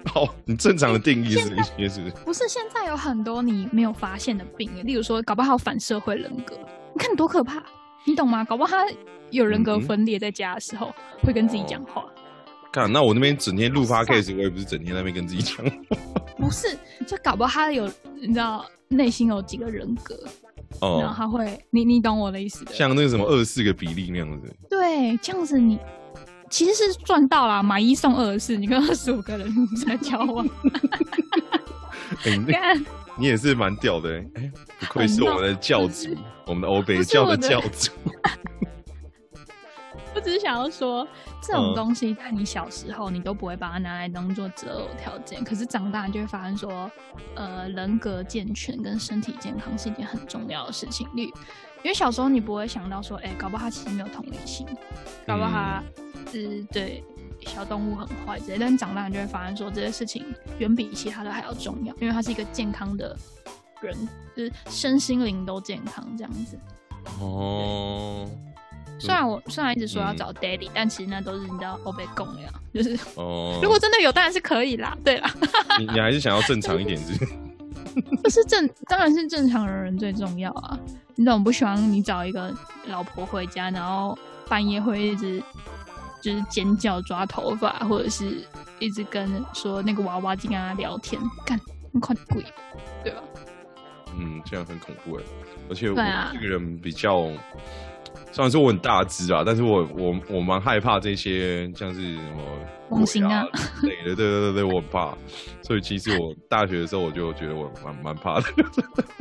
S1: 好，哦你正常的定义是一些是不是
S2: 不是现在有很多你没有发现的病，例如说，搞不好反社会人格，你看多可怕，你懂吗？搞不好他有人
S1: 嗯
S2: 格分裂，在家的时候会跟自己讲
S1: 哦
S2: 话，
S1: 看，那我那边整天录 podcast，我也不是整天在那边跟自己讲。
S2: 不是，就搞不好他有，你知道内心有几个人格， 然后
S1: 哦，
S2: 他会，你你懂我的意思的，
S1: 像那个什么二四个比例那样 子，
S2: 对，这样子你。其实是赚到啦，买一送二的事，你跟二十五个人在 交往，
S1: 哎、你那
S2: 干
S1: 你也是蛮屌的、哎、不愧是我们的教主，我们的欧北
S2: 不是
S1: 教
S2: 我
S1: 的
S2: 的
S1: 教主。
S2: 我只是想要说，这
S1: 嗯
S2: 种东西在你小时候你都不会把它拿来当做择偶条件，可是长大你就会发现说，呃，人格健全跟身体健康是一件很重要的事情。例如因为小时候你不会想到说，哎、搞不好他其实没有同理心，搞不好他是对小动物很坏之类，但长大你就会发现说，这些事情远比其他的还要重要，因为他是一个健康的人，就是身心灵都健康这样子。
S1: 嗯哦
S2: 虽然我虽然一直说要
S1: 嗯
S2: 找 daddy，、但其实那都是你知道欧被供了，就是、
S1: 哦，
S2: 如果真的有当然是可以啦，对 啦，
S1: 你你还是想要正常一点是不是？
S2: 就是正当然是正常人人最重要啊。你总不希望你找一个老婆回家，然后半夜会一直就是尖叫抓头发，或者是一直跟说那个娃娃机跟他聊天，干你快鬼，对吧？
S1: 嗯，这样很恐怖哎。而且我
S2: 对啊
S1: 这个人比较，虽然说我很大只啊，但是我我我蛮害怕这些像是什么
S2: 猛禽啊
S1: 鬼之类的，对对对对，我很怕。所以其实我大学的时候我就觉得我蛮蛮 怕的，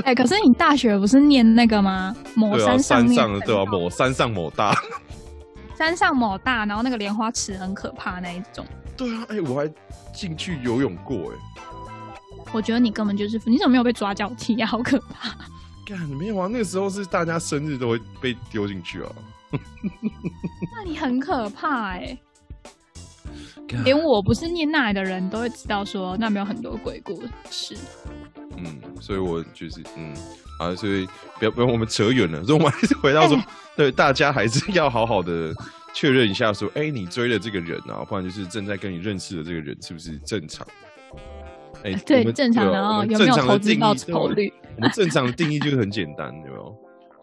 S2: 哎、可是你大学不是念那个吗？某
S1: 对啊，
S2: 山
S1: 山
S2: 面
S1: 上的对吧、
S2: 很
S1: 啊？某山上某大，
S2: 山上某大，然后那个莲花池很可怕那一种。
S1: 对啊，哎、我还进去游泳过哎、
S2: 我觉得你根本就是，你怎么没有被抓脚踢啊？好可怕！
S1: 干没有啊，那个时候是大家生日都会被丢进去啊，
S2: 那你很可怕哎、
S1: 干
S2: 连我不是念那里的人都会知道说那边有很多鬼故事。
S1: 嗯，所以我就是嗯啊，所以不要不要我们扯远了，所以我们还是回到说，
S2: 哎
S1: 对大家还是要好好的确认一下，说，哎、你追的这个人啊，不然就是正在跟你认识的这个人是不是正常？哎、
S2: 对
S1: 我们，
S2: 正常
S1: 对
S2: 的
S1: 啊
S2: 哦
S1: 我，们
S2: 有没有
S1: 正常的
S2: 投资
S1: 定义
S2: 报
S1: 对啊
S2: 酬率？
S1: 我们正常的定义就是很简单，有没有？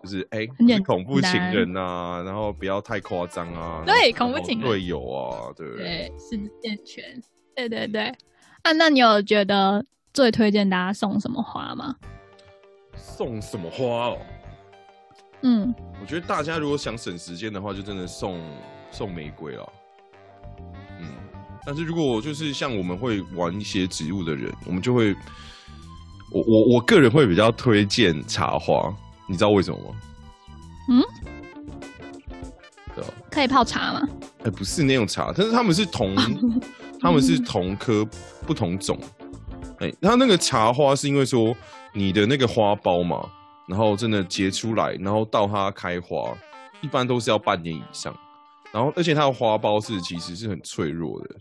S1: 就是哎，
S2: 很简单
S1: 是恐怖情人啊，然后不要太夸张啊，
S2: 对
S1: 然后
S2: 恐怖情人
S1: 队友啊，对不对？
S2: 对，是健全。对对对。啊，那你有觉得最推荐大家送什么花吗？
S1: 送什么花哦？
S2: 嗯，
S1: 我觉得大家如果想省时间的话，就真的送送玫瑰了。嗯，但是如果就是像我们会玩一些植物的人，我们就会，我我我个人会比较推荐茶花，你知道为什么吗？
S2: 嗯，
S1: 对啊，
S2: 可以泡茶吗？
S1: 哎、不是那种茶，但是他们是同，他们是同科不同种。哎、它那个茶花是因为说你的那个花苞嘛，然后真的结出来，然后到它开花，一般都是要半年以上。然后，而且它的花苞是其实是很脆弱的，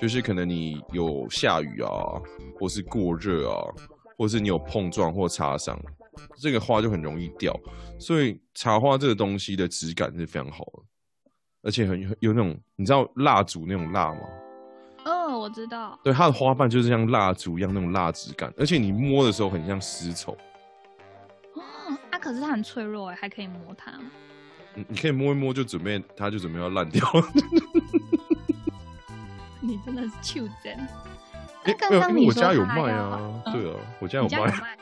S1: 就是可能你有下雨啊，或是过热啊，或是你有碰撞或擦伤，这个花就很容易掉。所以茶花这个东西的质感是非常好的，而且很很有那种你知道蜡烛那种蜡吗？
S2: 哦，我知道。
S1: 对，它的花瓣就是像蜡烛一样那种蜡质感，而且你摸的时候很像丝绸，
S2: 哦，啊，可是它很脆弱哎，还可以摸它吗？
S1: 你你可以摸一摸就准备它就准备要烂掉了。
S2: 你真的是秋真。
S1: 因为
S2: 那刚
S1: 没有
S2: 刚
S1: 因为
S2: 你
S1: 我
S2: 说
S1: 家有
S2: 它
S1: 卖
S2: 要
S1: 啊，
S2: 嗯
S1: 对啊，我家有
S2: 你家有
S1: 卖。
S2: 卖？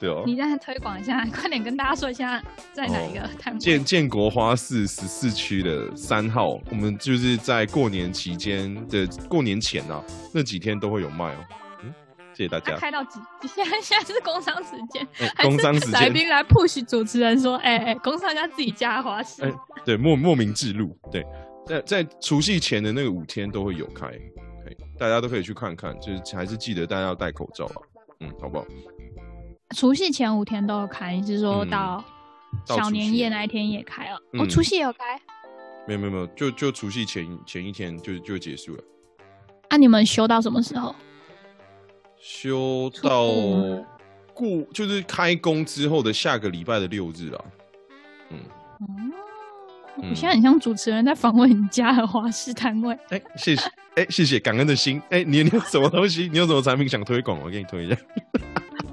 S1: 对哦，
S2: 你再推广一下， 快点跟大家说一下在哪一个摊位。
S1: 建建国花市十四区的三号，我们就是在过年期间的过年前啊，那几天都会有卖哦。嗯，谢谢大
S2: 他
S1: 家。
S2: 开到几？ 现在现在是工商时间，
S1: 哎
S2: 啊还是
S1: 工商时
S2: 来
S1: 间，
S2: 宾来 push 主持人说：“哎、哎，工商家自己加花式。
S1: 哎对，莫莫名之路，对，在在除夕前的那个五天都会有开，可以大家都可以去看看，就是还是记得大家要戴口罩啊，嗯，好不好？
S2: 除夕前五天都有开，你是说
S1: 嗯
S2: 到
S1: 到除夕
S2: 小年夜那一天也开了？哦，
S1: 嗯
S2: 除夕也有开
S1: 没有没有没有，就就除夕前前一天就就结束了，
S2: 啊？你们休到什么时候？哦
S1: 休
S2: 初
S1: 到
S2: 五吗
S1: 故就是开工之后的下个礼拜的六日啊，嗯，
S2: 哦，我
S1: 嗯
S2: 现在很像主持人在访问你家的花市摊位。
S1: 哎、谢谢，哎、谢谢，感恩的心。哎、你你有什么东西？你有什么产品想推广？我给你推一下。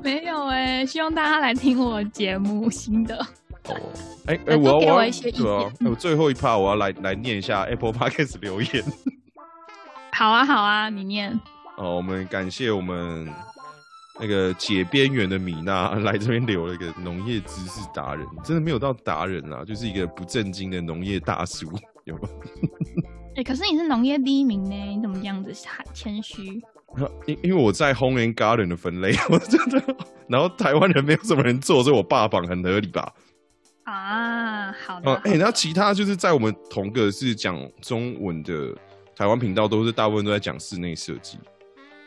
S2: 没有哎、希望大家来听我节目，新的。
S1: 哦，哎、哎、
S2: 来
S1: 我要
S2: 多给
S1: 要
S2: 我一些意见
S1: 对啊，哎我最后一趴我要来来念一下 Apple Podcast 留言。
S2: 好啊，好啊，你念。
S1: 哦，我们感谢我们那个解边缘的米娜 来这边留了一个农业知识达人，真的没有到达人啦，就是一个不正经的农业大叔，有吗？
S2: 哎、可是你是农业第一名呢，你怎么这样子还谦虚？
S1: 因因为我在 Home and Garden 的分类， 我真的，然后台湾人没有什么人做，所以我霸榜很合理吧？
S2: 啊，好的。
S1: 哦，哎、那其他就是在我们同个是讲中文的台湾频道，都是大部分都在讲室内设计。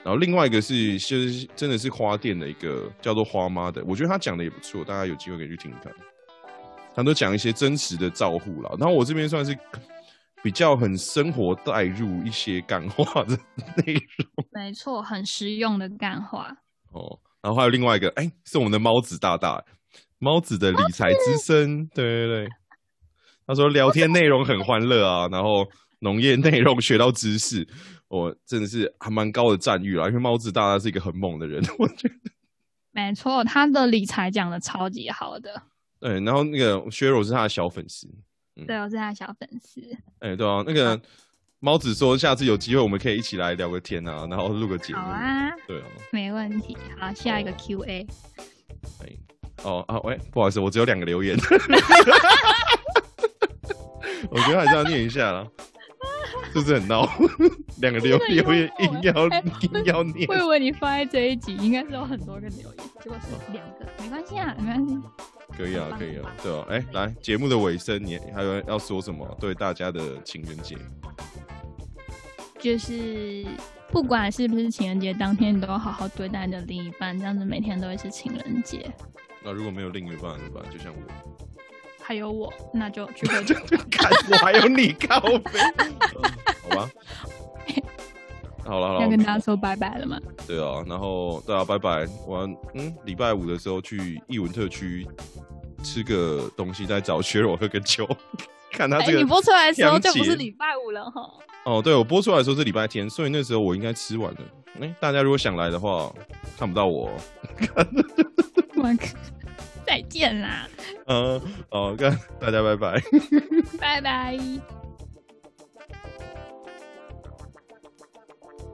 S1: 然后另外一个是就是真的是花店的一个叫做花妈的，我觉得他讲的也不错，大家有机会可以去听听看。他都讲一些真实的照护啦，然后我这边算是比较很生活带入一些感化的 内容
S2: 没错，很实用的干话。
S1: 哦。然后还有另外一个，哎、是我们的猫子大大，猫子的理财之声，对对对。他说聊天内容很欢乐啊，然后农业内容学到知识，我真的是还蛮高的赞誉啦，因为猫子大大是一个很猛的人， 我觉得。
S2: 没错，他的理财讲的超级好的，
S1: 对，哎然后那个薛柔是他的小粉丝，嗯
S2: 对，我是他的小粉丝。
S1: 哎、对啊，那个猫子说下次有机会我们可以一起来聊个天啊，然后录个节目。
S2: 好啊，
S1: 对啊，
S2: 没问题。好，下一个
S1: 哦
S2: Q&A。
S1: 哦啊，喂、不好意思，我只有两个留 言，我觉得还是要念一下啦，是不是很 闹？两个留
S2: 真的有啊
S1: 留言硬要
S2: 哎
S1: 硬要念
S2: 我，以为你放在这一集应该是有很多个留言，结果是两个，没关系啊，没关系。
S1: 可以啊，可以啊，对啊，哎、来节目的尾声，你还有要说什么？对大家的情人节，啊
S2: 就是不管是不是情人节当天，你都要好好对待你的另一半，这样子每天都会是情人节。
S1: 那如果没有另一半怎么办？就像我，
S2: 还有我，那就去喝酒。
S1: 看我还有你靠 背，好吧。好了好
S2: 要跟
S1: 了，
S2: 大家说拜拜了吗？
S1: 对啊，然后对啊，拜拜。我要嗯，礼拜五的时候去艺文特区吃个东西，再找雪柔喝个酒。 看他
S2: 哎、
S1: 这个、
S2: 你播出来的时候
S1: 杨
S2: 就不
S1: 姐
S2: 是礼拜五了 哈。
S1: 哦，对我播出来的时候是礼拜天，所以那时候我应该吃完了。哎、大家如果想来的话，看不到我哦。
S2: 我靠，再见啦，
S1: 呃，哦，跟大家拜拜。
S2: 拜拜。